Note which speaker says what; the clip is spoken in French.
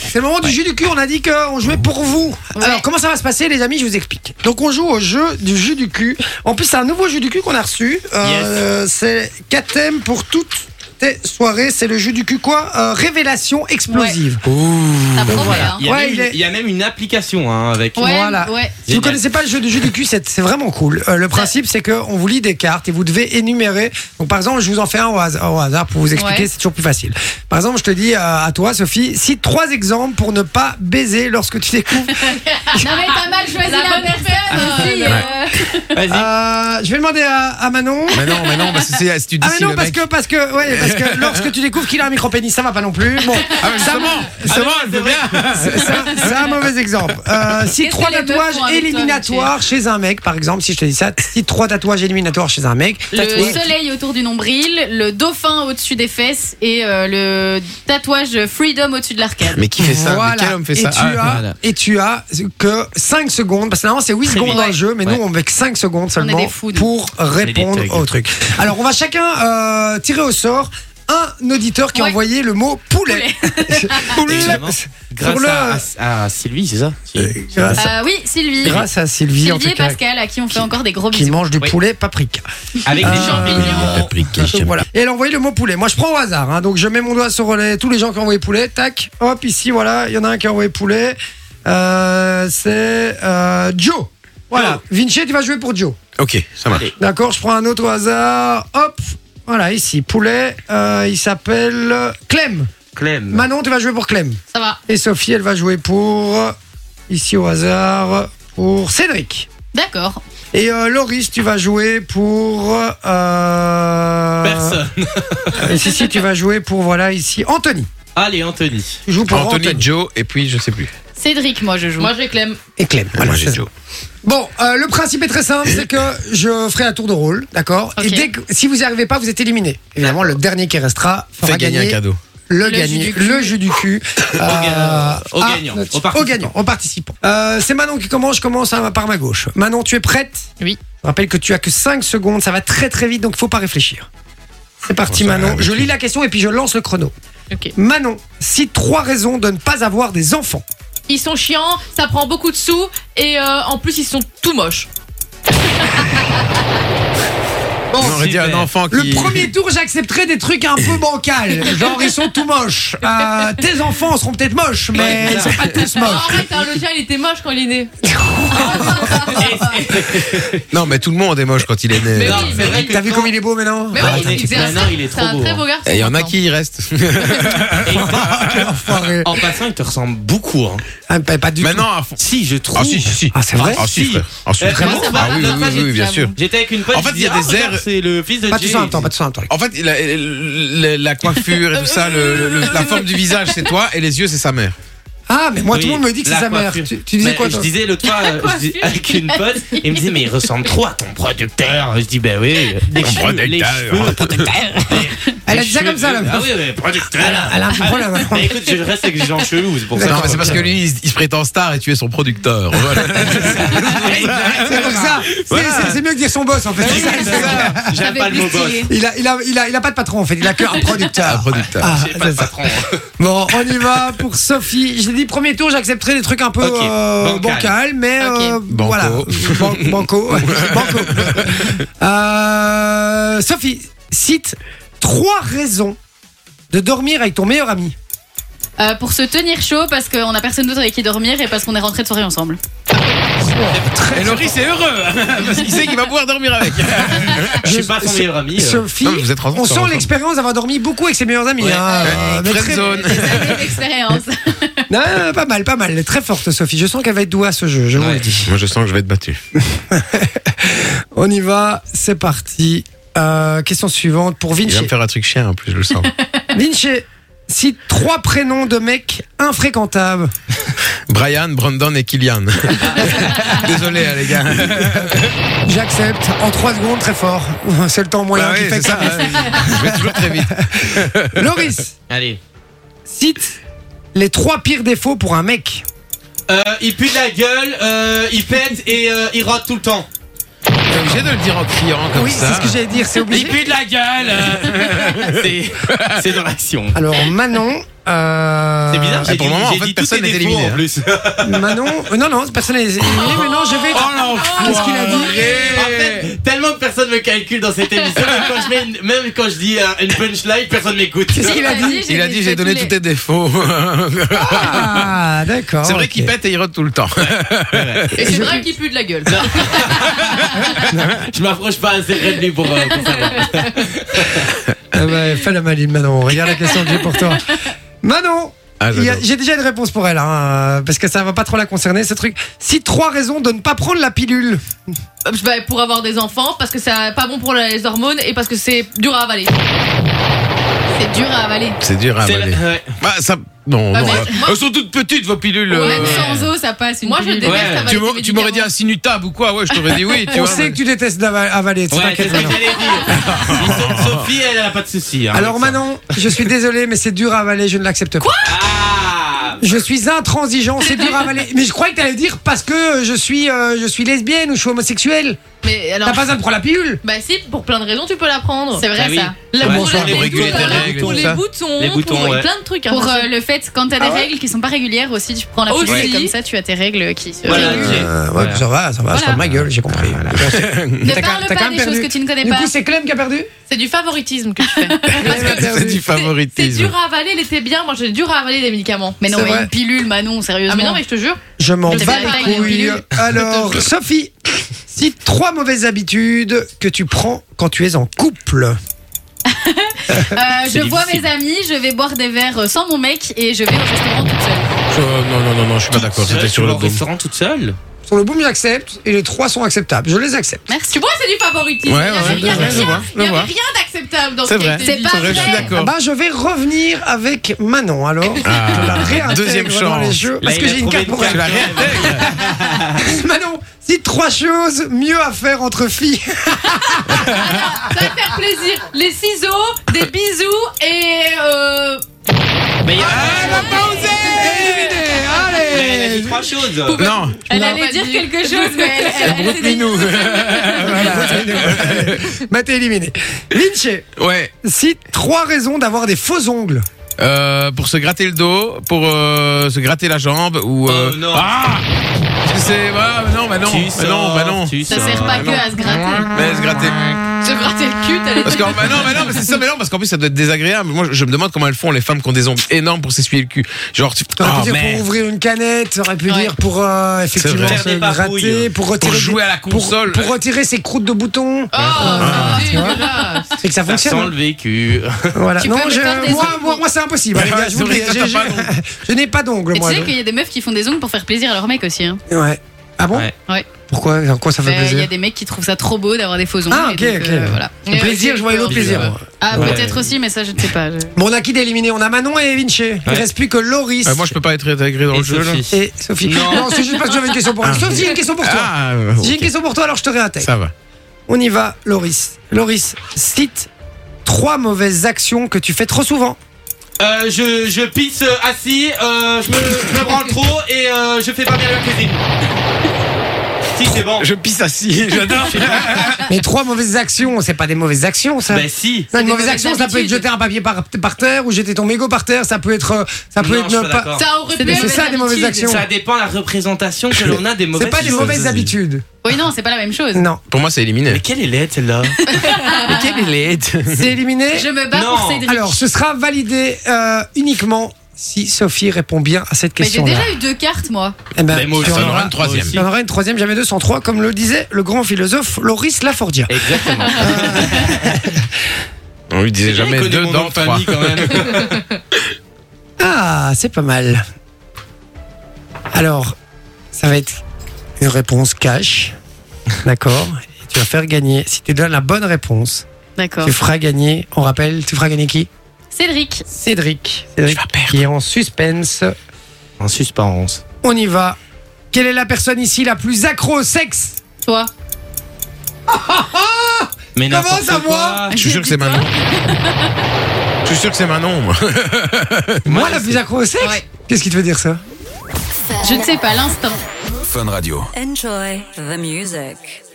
Speaker 1: C'est le moment du jus du cul. On a dit qu'on jouait pour vous.
Speaker 2: Ouais.
Speaker 1: Alors, comment ça va se passer, les amis Je vous explique. Donc, on joue au jeu du jus du cul. En plus, c'est un nouveau jus du cul qu'on a reçu. Euh, C'est 4 thèmes pour toutes tes soirées. C'est le jus du cul quoi Euh, Révélation explosive.
Speaker 2: Ça promet,
Speaker 1: voilà.
Speaker 2: hein.
Speaker 3: Il y, a
Speaker 1: Ouais,
Speaker 3: même
Speaker 1: il
Speaker 3: une-
Speaker 1: est-
Speaker 3: il y a même une application hein, avec.
Speaker 2: Ouais,
Speaker 1: Voilà.
Speaker 2: ouais.
Speaker 1: Si vous
Speaker 3: Génial.
Speaker 1: connaissez pas le jeu du jus du cul, c'est c'est vraiment cool. Euh, le principe, c'est qu'on vous lit des cartes et vous devez énumérer. Donc, par exemple, je vous en fais un au hasard, au hasard pour vous expliquer,
Speaker 2: Ouais.
Speaker 1: c'est toujours plus facile. Par exemple, je te dis euh, à toi, Sophie, cite trois exemples pour ne pas baiser lorsque tu découvres.
Speaker 2: Non, mais t'as mal choisi la, bonne Ah, personne aussi. euh.
Speaker 3: Vas-y.
Speaker 1: Euh, je vais demander à, à Manon.
Speaker 4: Mais non, mais non, parce que c'est- si tu dis
Speaker 1: Ah mais
Speaker 4: si
Speaker 1: non
Speaker 4: le
Speaker 1: parce
Speaker 4: mec.
Speaker 1: que parce que ouais parce que lorsque tu découvres qu'il a un micro pénis ça va pas non plus bon
Speaker 4: Ah, mais
Speaker 1: ça
Speaker 4: justement, justement, elle veut bien.
Speaker 1: c'est ça- c'est un mauvais exemple euh, si
Speaker 2: Qu'est-ce
Speaker 1: trois
Speaker 2: que les meufs
Speaker 1: tatouages
Speaker 2: font avec toi,
Speaker 1: éliminatoires chez un mec par exemple si je te dis ça si trois tatouages éliminatoires chez un mec
Speaker 2: Le
Speaker 1: tatouer-
Speaker 2: soleil autour du nombril, le dauphin au-dessus des fesses et euh, le tatouage Freedom au-dessus de l'arcade.
Speaker 4: Mais qui fait ça
Speaker 1: Voilà.
Speaker 4: Mais quel homme fait
Speaker 1: et
Speaker 4: ça
Speaker 1: tu
Speaker 4: Ah,
Speaker 1: as,
Speaker 4: voilà.
Speaker 1: Et tu as que 5 secondes, parce que normalement c'est 8
Speaker 3: Très
Speaker 1: secondes
Speaker 3: vite.
Speaker 1: dans le jeu, mais
Speaker 3: Ouais.
Speaker 1: nous on met que 5 secondes seulement
Speaker 2: des fous, nous.
Speaker 1: pour
Speaker 3: des
Speaker 1: répondre
Speaker 3: thugs.
Speaker 1: au truc. Alors on va chacun euh, tirer au sort un auditeur qui a
Speaker 2: Ouais.
Speaker 1: envoyé le mot poulet.
Speaker 3: Évidemment. Grâce
Speaker 1: Pour le-
Speaker 3: à, à- à Sylvie, c'est ça Si.
Speaker 1: Grâce,
Speaker 2: Euh, oui, Sylvie.
Speaker 1: grâce à Sylvie, en tout
Speaker 2: Sylvie et
Speaker 1: cas,
Speaker 2: Pascal, à qui on fait encore des gros
Speaker 1: qui
Speaker 2: bisous.
Speaker 1: mange du
Speaker 3: Oui.
Speaker 1: poulet paprika.
Speaker 3: Avec des
Speaker 1: Euh,
Speaker 3: champignons.
Speaker 1: Donc, voilà. Et elle a envoyé le mot poulet. Moi, je prends au hasard. hein. Donc, je mets mon doigt sur les- tous les gens qui ont envoyé poulet. Tac, hop, ici, voilà. Il y en a un qui a envoyé poulet. Euh, c'est euh, Joe. Voilà. Vinci, tu vas jouer pour Joe.
Speaker 4: Ok, ça marche.
Speaker 1: D'accord, je prends un autre au hasard. Hop, voilà, ici, poulet. Euh, il s'appelle euh, Clem.
Speaker 3: Clem.
Speaker 1: Manon, tu vas jouer pour Clem.
Speaker 2: Ça va.
Speaker 1: Et Sophie, elle va jouer pour, euh, ici au hasard, pour Cédric.
Speaker 2: D'accord.
Speaker 1: Et euh, Loris, tu vas jouer pour... euh,
Speaker 3: Personne.
Speaker 1: euh, si, si, tu vas jouer pour, voilà, ici, Anthony.
Speaker 3: Allez, Anthony.
Speaker 1: Tu joues pour Anthony,
Speaker 4: Anthony, Joe, et puis je sais plus.
Speaker 2: Cédric, moi je joue.
Speaker 5: Moi, je réclame.
Speaker 1: et Clem. Voilà,
Speaker 4: Moi
Speaker 1: c'est
Speaker 4: j'ai
Speaker 1: ça.
Speaker 4: Joe.
Speaker 1: Bon, euh, le principe est très simple, c'est que je ferai un tour de rôle, d'accord
Speaker 2: Ok.
Speaker 1: Et dès que, si vous n'y arrivez pas, vous êtes éliminé. Évidemment, le dernier qui restera fera
Speaker 4: Fais gagner un cadeau.
Speaker 1: le,
Speaker 2: Le
Speaker 1: gagné,
Speaker 2: jus du cul.
Speaker 1: le jus du cul. euh,
Speaker 3: gagnant, au
Speaker 1: à
Speaker 3: gagnant,
Speaker 1: notre-
Speaker 3: au participant.
Speaker 1: au gagnant, au participant. Euh, c'est Manon qui commence, je commence à- par ma gauche. Manon, tu es prête
Speaker 5: Oui.
Speaker 1: Je rappelle que tu as que 5 secondes, ça va très très vite, donc faut pas réfléchir. C'est parti
Speaker 4: ça va
Speaker 1: Manon,
Speaker 4: avec
Speaker 1: je
Speaker 4: lui.
Speaker 1: lis la question et puis je lance le chrono.
Speaker 5: Ok.
Speaker 1: Manon, cite trois raisons de ne pas avoir des enfants.
Speaker 5: Ils sont chiants, ça prend beaucoup de sous et euh, en plus ils sont tout moches.
Speaker 4: On aurait dit
Speaker 3: super.
Speaker 4: un enfant qui.
Speaker 1: Le premier tour, j'accepterai des trucs un peu bancals, genre ils sont tout moches. Euh, tes enfants seront peut-être moches, mais
Speaker 3: Ouais,
Speaker 1: ils sont pas tous
Speaker 5: Oh,
Speaker 1: moches.
Speaker 5: arrête, hein, le tien il était moche quand il est né.
Speaker 4: Non, mais tout le monde est moche quand il est né.
Speaker 5: Mais
Speaker 3: Non,
Speaker 5: oui,
Speaker 3: c'est
Speaker 5: mais
Speaker 3: vrai
Speaker 5: oui.
Speaker 3: que
Speaker 1: T'as vu
Speaker 3: quand-
Speaker 1: comme il est beau maintenant
Speaker 5: Mais
Speaker 3: Ah,
Speaker 5: oui,
Speaker 3: il est-
Speaker 5: c'est un,
Speaker 3: non, il est trop
Speaker 5: c'est un
Speaker 3: beau,
Speaker 5: très
Speaker 3: hein.
Speaker 5: beau garçon.
Speaker 4: Et il y en a
Speaker 5: maintenant.
Speaker 4: qui y restent.
Speaker 3: Et t'as-
Speaker 1: Quel enfoiré.
Speaker 3: en passant, il te ressemble beaucoup. Hein.
Speaker 1: Ah, pas, pas du tout.
Speaker 4: Maintenant, à fond.
Speaker 3: Si, je trouve.
Speaker 4: Ah si, si, si.
Speaker 1: Ah, c'est vrai
Speaker 4: Ah si, frère. Ah si,
Speaker 3: Eh,
Speaker 4: frère.
Speaker 3: vraiment,
Speaker 4: Ah
Speaker 3: bah,
Speaker 4: oui,
Speaker 3: notre
Speaker 4: oui,
Speaker 3: page
Speaker 4: oui, oui, bien
Speaker 5: Instagram.
Speaker 4: sûr.
Speaker 3: J'étais avec une pote.
Speaker 4: En fait,
Speaker 3: je
Speaker 4: il y a
Speaker 3: disais,
Speaker 4: des
Speaker 3: ah, regarde,
Speaker 4: airs-
Speaker 3: C'est le fils de
Speaker 1: Pas tous en
Speaker 3: Jay.
Speaker 1: même temps, pas tous en même temps.
Speaker 4: En fait, la, la- la coiffure et tout ça, le- le- le- la forme du visage, c'est toi, et les yeux, c'est sa mère.
Speaker 1: Ah, mais moi, tout le
Speaker 3: Oui,
Speaker 1: monde me dit que c'est
Speaker 3: la
Speaker 1: sa mère. Tu,
Speaker 3: coiffure.
Speaker 1: tu disais
Speaker 3: Mais
Speaker 1: quoi,
Speaker 3: Je
Speaker 1: toi
Speaker 3: disais l'autre fois euh, je dis- avec une pote, et il me disait, mais il ressemble trop à ton producteur. Je dis, ben oui, les cheveux, les cheveux,
Speaker 1: Elle a
Speaker 3: les
Speaker 1: dit ça
Speaker 3: cheveux.
Speaker 1: comme ça, là.
Speaker 3: Ah oui, mais producteur.
Speaker 1: Elle a un petit problème. hein.
Speaker 3: Bah écoute, je reste avec des gens chelous, c'est pour ça.
Speaker 4: Non, mais c'est parce que lui, il, se- il se prétend star et tu es son producteur. Voilà.
Speaker 1: C'est comme ça. C'est- c'est- C'est mieux que dire son boss, en fait. C'est ça, c'est ça.
Speaker 3: J'aime pas le mot boss.
Speaker 1: Il a, il, a, il, a, il a pas de patron, en fait. Il a qu'un
Speaker 4: Un
Speaker 1: producteur.
Speaker 4: producteur.
Speaker 1: Ah,
Speaker 3: J'ai pas de
Speaker 1: c'est ça.
Speaker 3: patron. hein.
Speaker 1: Bon, on y va pour Sophie. J'ai dit premier tour, j'accepterai des trucs un peu
Speaker 3: Ok,
Speaker 1: euh,
Speaker 3: bancal.
Speaker 1: bancal, mais euh,
Speaker 4: Banco.
Speaker 1: voilà. Ban- banco. banco. Euh, Sophie, cite trois raisons de dormir avec ton meilleur ami.
Speaker 2: Euh, pour se tenir chaud parce qu'on a personne d'autre avec qui dormir et parce qu'on est rentré de soirée ensemble.
Speaker 4: Et Loris est heureux parce qu'il sait qu'il va pouvoir dormir avec. Ah,
Speaker 3: Je suis pas son meilleur ami. euh.
Speaker 1: Sophie,
Speaker 4: Non, mais vous êtes rentrés
Speaker 1: on
Speaker 4: ensemble.
Speaker 1: sent l'expérience d'avoir dormi beaucoup avec ses meilleurs amis.
Speaker 4: Ouais.
Speaker 1: hein, euh, mais très-
Speaker 4: Friendzone.
Speaker 2: Des années d'expérience.
Speaker 1: Non, non, non, pas mal, pas mal. Elle est très forte, Sophie. Je sens qu'elle va être douée à ce jeu, je vous
Speaker 3: Ouais.
Speaker 1: le dis.
Speaker 4: Moi, je sens que je vais être battu.
Speaker 1: On y va, c'est parti. Euh, question suivante pour
Speaker 4: Il va me
Speaker 1: Vinci.
Speaker 4: faire un truc chien en plus, je le sens.
Speaker 1: Vinci, cite trois prénoms de mecs infréquentables.
Speaker 4: Brian, Brandon et Kylian. Désolé, hein, les gars.
Speaker 1: J'accepte en 3 secondes très fort. C'est le temps moyen
Speaker 4: Bah
Speaker 1: qui
Speaker 4: oui,
Speaker 1: fait
Speaker 4: c'est
Speaker 1: que
Speaker 4: ça. hein.
Speaker 1: ça.
Speaker 4: Je vais toujours très vite.
Speaker 1: Loris,
Speaker 3: Allez.
Speaker 1: cite les trois pires défauts pour un mec.
Speaker 3: Euh, il pue de la gueule, euh, il pète et euh, il rote tout le temps.
Speaker 4: T'es obligé de le dire en criant comme
Speaker 1: oui, c'est
Speaker 4: ça.
Speaker 1: ce que j'allais dire, c'est
Speaker 3: Il
Speaker 1: obligé.
Speaker 3: pue de la gueule. euh, c'est- c'est dans l'action.
Speaker 1: Alors Manon, Euh,
Speaker 3: C'est bizarre,
Speaker 4: Euh, pour
Speaker 3: j'ai dit-
Speaker 4: le moment, en
Speaker 3: j'ai
Speaker 4: fait,
Speaker 3: dit
Speaker 4: personne
Speaker 3: tous tes
Speaker 4: n'est
Speaker 3: défauts,
Speaker 4: éliminé,
Speaker 3: En
Speaker 4: hein.
Speaker 3: plus.
Speaker 1: Manon, euh, non, non, personne n'est éliminé, mais non, je vais.
Speaker 4: Oh,
Speaker 5: Oh.
Speaker 1: Qu'est-ce qu'il a dit
Speaker 3: En fait, tellement que personne me calcule dans cette émission, même quand je, mets une- même quand je dis euh, une punchline, personne m'écoute.
Speaker 1: Qu'est-ce qu'il a dit
Speaker 4: Il a dit j'ai donné tous tes défauts.
Speaker 1: Ah, d'accord.
Speaker 4: C'est vrai
Speaker 1: ok.
Speaker 4: qu'il pète et il rote tout le temps.
Speaker 5: Et c'est vrai qu'il pue de la gueule.
Speaker 3: Je m'approche pas assez près de lui pour, euh, pour savoir.
Speaker 1: Ah bah, fais la maline, Manon. Regarde la question que j'ai pour toi. Manon,
Speaker 4: Ah,
Speaker 1: il y a-
Speaker 4: j'adore.
Speaker 1: j'ai déjà une réponse pour elle, hein, euh, parce que ça va pas trop la concerner, ce truc. Si trois raisons de ne pas prendre la pilule.
Speaker 5: Euh, Je vais pour avoir des enfants, parce que c'est pas bon pour les hormones et parce que c'est dur à avaler.
Speaker 2: C'est dur à avaler.
Speaker 4: C'est dur à
Speaker 3: C'est la-
Speaker 4: avaler.
Speaker 3: ouais.
Speaker 4: Bah, ça. Non,
Speaker 5: Bah,
Speaker 4: non.
Speaker 5: mais
Speaker 4: euh,
Speaker 5: moi-
Speaker 4: Elles sont toutes petites, vos pilules. euh,
Speaker 2: Même sans eau, ça passe. Une
Speaker 5: Moi, je
Speaker 2: pilule.
Speaker 5: déteste
Speaker 3: Ouais.
Speaker 5: avaler
Speaker 4: Tu
Speaker 5: des
Speaker 4: m'aurais- tu m'aurais
Speaker 5: médicaments.
Speaker 4: dit un sinutab ou quoi Ouais, je t'aurais dit oui. Tu
Speaker 1: On
Speaker 4: vois,
Speaker 1: sait
Speaker 4: mais-
Speaker 1: que tu détestes d'ava- avaler, c'est
Speaker 3: Ouais, c'est
Speaker 1: t'inquiète,
Speaker 3: ce que
Speaker 1: Manon.
Speaker 3: j'allais dire. Ils sont de Sophie, elle, elle a pas de soucis. hein,
Speaker 1: Alors
Speaker 3: avec ça.
Speaker 1: Manon, je suis désolé, mais c'est dur à avaler, je ne l'accepte pas.
Speaker 3: Ah
Speaker 1: je suis intransigeant, c'est dur à avaler. Mais je croyais que t'allais dire parce que euh, je suis, euh, je suis lesbienne ou je suis homosexuelle.
Speaker 5: Mais alors.
Speaker 1: T'as pas besoin de prendre la pilule.
Speaker 5: Bah si, pour plein de raisons, tu peux la prendre.
Speaker 2: C'est vrai
Speaker 3: Ah oui.
Speaker 2: ça.
Speaker 5: La
Speaker 3: Ouais,
Speaker 5: pour
Speaker 4: ça,
Speaker 5: les
Speaker 4: pour réguler
Speaker 5: boutons,
Speaker 4: tes règles,
Speaker 5: pour
Speaker 4: tout
Speaker 5: les
Speaker 4: ça.
Speaker 5: boutons,
Speaker 3: Les boutons,
Speaker 5: pour
Speaker 3: ouais.
Speaker 5: plein de trucs. hein.
Speaker 2: Pour euh, le fait, quand t'as des
Speaker 1: Ah ouais Oh,
Speaker 2: règles qui sont pas régulières aussi, tu prends la
Speaker 5: Aussi.
Speaker 2: pilule et comme ça, tu as tes règles qui se.
Speaker 3: Voilà,
Speaker 1: Euh,
Speaker 2: régulent.
Speaker 3: ok. Voilà.
Speaker 1: Ça va, ça va,
Speaker 5: Voilà.
Speaker 1: c'est pas de ma gueule, j'ai compris. T'as
Speaker 2: Ne
Speaker 1: quand-
Speaker 2: parle
Speaker 1: t'as quand
Speaker 2: pas
Speaker 1: même
Speaker 2: des choses
Speaker 1: perdu.
Speaker 2: que tu ne connais
Speaker 1: Du
Speaker 2: pas.
Speaker 1: coup, c'est Clem qui a perdu
Speaker 5: C'est du favoritisme que je fais.
Speaker 4: Ah, bah C'est du
Speaker 5: C'est
Speaker 4: favoritisme.
Speaker 5: dur à avaler, elle était bien. Moi, j'ai dur à avaler des médicaments.
Speaker 2: Mais non,
Speaker 1: C'est
Speaker 2: mais
Speaker 1: vrai.
Speaker 2: une pilule, Manon, sérieusement.
Speaker 5: Ah mais non, mais je te jure.
Speaker 1: Je m'en
Speaker 5: Je sais
Speaker 1: bats
Speaker 5: pas,
Speaker 1: les
Speaker 5: il y a une
Speaker 1: couilles.
Speaker 5: pilule.
Speaker 1: Alors, Sophie, cite trois mauvaises habitudes que tu prends quand tu es en couple.
Speaker 2: Euh, je
Speaker 3: C'est
Speaker 2: vois
Speaker 3: difficile.
Speaker 2: mes amis, je vais boire des verres euh, sans mon mec et je vais au restaurant toute seule.
Speaker 4: Euh, Non, non, non, non, je suis pas d'accord.
Speaker 3: Seule,
Speaker 4: J'étais sur
Speaker 3: tu vas
Speaker 4: le
Speaker 3: au
Speaker 4: boom.
Speaker 3: restaurant toute seule
Speaker 1: Sur le boom, j'accepte et les trois sont acceptables. Je les accepte.
Speaker 5: Tu vois, c'est du favoritisme.
Speaker 4: Ouais,
Speaker 5: Il y
Speaker 4: ouais,
Speaker 5: avait- il y
Speaker 4: je vois,
Speaker 5: avait
Speaker 4: je
Speaker 5: rien-
Speaker 4: vois, je
Speaker 5: il y avait
Speaker 4: vois.
Speaker 5: rien d'acceptable dans ce
Speaker 4: C'est
Speaker 5: qui a
Speaker 4: vrai.
Speaker 5: été
Speaker 2: C'est
Speaker 5: dit.
Speaker 2: pas
Speaker 4: C'est vrai, je suis
Speaker 2: vrai.
Speaker 1: Ah
Speaker 4: d'accord.
Speaker 1: bah, je vais revenir avec Manon alors.
Speaker 4: Ah,
Speaker 1: Je la réintègre
Speaker 4: deuxième
Speaker 1: dans
Speaker 4: chance.
Speaker 1: les jeux,
Speaker 3: Là,
Speaker 1: parce
Speaker 3: il
Speaker 1: que
Speaker 3: a
Speaker 1: j'ai une
Speaker 3: trouvé
Speaker 1: carte pour
Speaker 4: Tu
Speaker 1: elle.
Speaker 4: l'as réintègres
Speaker 1: Manon, cite trois choses mieux à faire entre filles.
Speaker 5: Ça va te faire plaisir. Les ciseaux, des bisous et euh,
Speaker 3: Mais il y a-
Speaker 1: Éliminé,
Speaker 3: Mais elle a dit
Speaker 1: allez
Speaker 3: trois choses.
Speaker 4: Non,
Speaker 2: Elle
Speaker 5: Non.
Speaker 2: allait
Speaker 5: Pas
Speaker 2: dire
Speaker 5: dit.
Speaker 2: quelque chose, mais elle, elle- elle s'est dit-
Speaker 4: nous.
Speaker 1: Voilà. Bah, t'es éliminé. Vinci,
Speaker 4: Ouais.
Speaker 1: cite trois raisons d'avoir des faux ongles.
Speaker 4: Euh, pour se gratter le dos, pour euh, se gratter la jambe ou. euh,
Speaker 3: Oh, non.
Speaker 4: Ah Tu sais, bah, non, bah non,
Speaker 3: Tu
Speaker 4: bah non, bah non.
Speaker 3: tu
Speaker 2: Ça
Speaker 3: sors.
Speaker 2: sert pas
Speaker 4: Ah,
Speaker 2: que
Speaker 4: non.
Speaker 2: à se gratter.
Speaker 4: Mais se gratter.
Speaker 5: se gratter le cul, t'allais
Speaker 4: Parce que bah non, bah non, mais c'est ça, mais non, parce qu'en plus ça doit être désagréable. Moi, je, je me demande comment elles font les femmes qui ont des ongles énormes pour s'essuyer le cul. Genre, tu.
Speaker 1: T'aurais
Speaker 4: Ah,
Speaker 1: pu dire
Speaker 4: merde.
Speaker 1: pour ouvrir une canette, t'aurais pu
Speaker 5: Ouais.
Speaker 1: dire pour euh, effectivement
Speaker 4: vrai.
Speaker 1: se
Speaker 3: Faire des
Speaker 1: gratter,
Speaker 3: barbouilles.
Speaker 1: pour retirer,
Speaker 4: Pour jouer à la
Speaker 1: des- pour-
Speaker 4: console.
Speaker 1: pour retirer ses croûtes de boutons.
Speaker 4: Ah,
Speaker 5: Oh, ça
Speaker 1: tu vois.
Speaker 5: dégueulasse.
Speaker 1: C'est que ça
Speaker 3: Ça sent
Speaker 1: fonctionne.
Speaker 3: le vécu.
Speaker 1: Voilà.
Speaker 2: Tu
Speaker 1: Non,
Speaker 2: peux me
Speaker 1: je-
Speaker 2: faire des
Speaker 1: moi,
Speaker 2: ongles.
Speaker 1: moi, moi, c'est impossible. les gars, je vous
Speaker 4: Ouais,
Speaker 1: le dis,
Speaker 4: c'est vrai que
Speaker 1: j'ai-
Speaker 4: toi, t'as
Speaker 1: j'ai-
Speaker 4: pas
Speaker 1: je n'ai pas d'ongles,
Speaker 2: Et tu
Speaker 1: moi.
Speaker 2: sais
Speaker 1: donc.
Speaker 2: qu'il y a des meufs qui font des ongles pour faire plaisir à leur mec aussi. hein.
Speaker 1: Ouais. Ah bon
Speaker 3: Ouais.
Speaker 2: Ouais.
Speaker 1: Pourquoi En quoi ça fait
Speaker 2: Euh, Il y a
Speaker 1: plaisir
Speaker 2: des mecs qui trouvent ça trop beau d'avoir des faux ongles.
Speaker 1: Ah,
Speaker 2: et
Speaker 1: ok,
Speaker 2: donc, euh,
Speaker 1: ok.
Speaker 2: voilà.
Speaker 1: Le Plaisir,
Speaker 5: Ouais,
Speaker 1: je vois l'autre
Speaker 5: c'est
Speaker 1: plaisir.
Speaker 5: bizarre. Ah,
Speaker 3: Ouais.
Speaker 2: peut-être aussi, mais ça, je ne sais pas. je-
Speaker 1: Bon, on a qui d'éliminer On a Manon et Vinci. Il
Speaker 3: Ouais.
Speaker 1: reste plus que Loris.
Speaker 4: Euh, moi, je peux pas être intégré dans
Speaker 3: Et
Speaker 4: le jeu. Là.
Speaker 3: Sophie.
Speaker 1: Et Sophie. Non,
Speaker 3: Non.
Speaker 1: c'est juste parce que j'avais une question pour elle. Sophie, j'ai une question pour toi.
Speaker 4: Ah,
Speaker 1: J'ai une question pour toi, alors je te réintègre.
Speaker 4: ça va.
Speaker 1: On y va, Loris. Loris, cite trois mauvaises actions que tu fais trop souvent.
Speaker 3: Euh, je, je pisse euh, assis, euh, je, me, je me branle trop et euh, je fais pas bien la cuisine. si c'est bon.
Speaker 4: Je pisse assis, j'adore.
Speaker 1: Mais trois mauvaises actions, c'est pas des mauvaises actions, ça.
Speaker 3: Bah si.
Speaker 1: Non, une
Speaker 5: des
Speaker 1: mauvaise
Speaker 5: mauvaises
Speaker 1: action, ça peut être
Speaker 5: habitudes.
Speaker 1: jeter un papier par, par terre ou jeter ton mégot par terre, ça peut être, euh, ça peut
Speaker 3: Non,
Speaker 1: être
Speaker 3: je suis
Speaker 1: ne
Speaker 3: pas
Speaker 1: pas.
Speaker 3: d'accord.
Speaker 5: Ça aurait pu
Speaker 2: C'est
Speaker 5: être
Speaker 1: ça, des mauvaises
Speaker 5: habitudes.
Speaker 1: actions.
Speaker 3: Ça dépend la représentation que l'on a des mauvaises.
Speaker 1: C'est pas des
Speaker 3: choses.
Speaker 1: mauvaises habitudes.
Speaker 2: Oui, non, c'est pas la même chose.
Speaker 1: Non.
Speaker 4: Pour moi, c'est éliminé.
Speaker 3: Mais quelle est l'aide celle-là
Speaker 4: Mais quelle est
Speaker 1: C'est éliminé.
Speaker 2: Je me bats
Speaker 3: Non.
Speaker 2: pour Cédric.
Speaker 1: Alors, ce sera validé euh, uniquement si Sophie répond bien à cette
Speaker 2: mais j'ai
Speaker 1: question-là.
Speaker 2: déjà eu deux cartes, moi.
Speaker 1: Eh ben,
Speaker 3: Mais moi
Speaker 1: tu
Speaker 3: aussi.
Speaker 1: en
Speaker 4: Ça aura
Speaker 1: auras-
Speaker 4: une troisième.
Speaker 1: Il y en aura une troisième, jamais 203, comme le disait le grand philosophe Loris Laforgia.
Speaker 3: Exactement.
Speaker 4: On lui disait jamais
Speaker 3: Je connais
Speaker 4: deux
Speaker 3: mon
Speaker 4: dans
Speaker 3: nom de
Speaker 4: trois.
Speaker 3: famille, quand même.
Speaker 1: Ah, c'est pas mal. Alors, ça va être une réponse cash. D'accord Et Tu vas faire gagner. Si tu donnes la bonne réponse,
Speaker 2: D'accord.
Speaker 1: tu feras gagner. On rappelle, tu feras gagner qui
Speaker 2: Cédric.
Speaker 1: Cédric. Cédric
Speaker 4: vas perdre.
Speaker 1: qui est en suspense.
Speaker 3: En suspense.
Speaker 1: On y va. Quelle est la personne ici la plus accro au sexe
Speaker 2: Toi.
Speaker 3: Mais
Speaker 1: Comment
Speaker 3: n'importe
Speaker 1: ça,
Speaker 3: quoi.
Speaker 1: moi
Speaker 4: Je suis sûr que c'est Manon. Je suis sûr que c'est Manon, moi.
Speaker 1: Moi,
Speaker 3: Ouais,
Speaker 1: la
Speaker 3: c'est-
Speaker 1: plus accro au sexe
Speaker 5: Ouais.
Speaker 1: Qu'est-ce qui te veut dire ça
Speaker 2: Je ne sais pas, l'instant.
Speaker 6: Enjoy the music.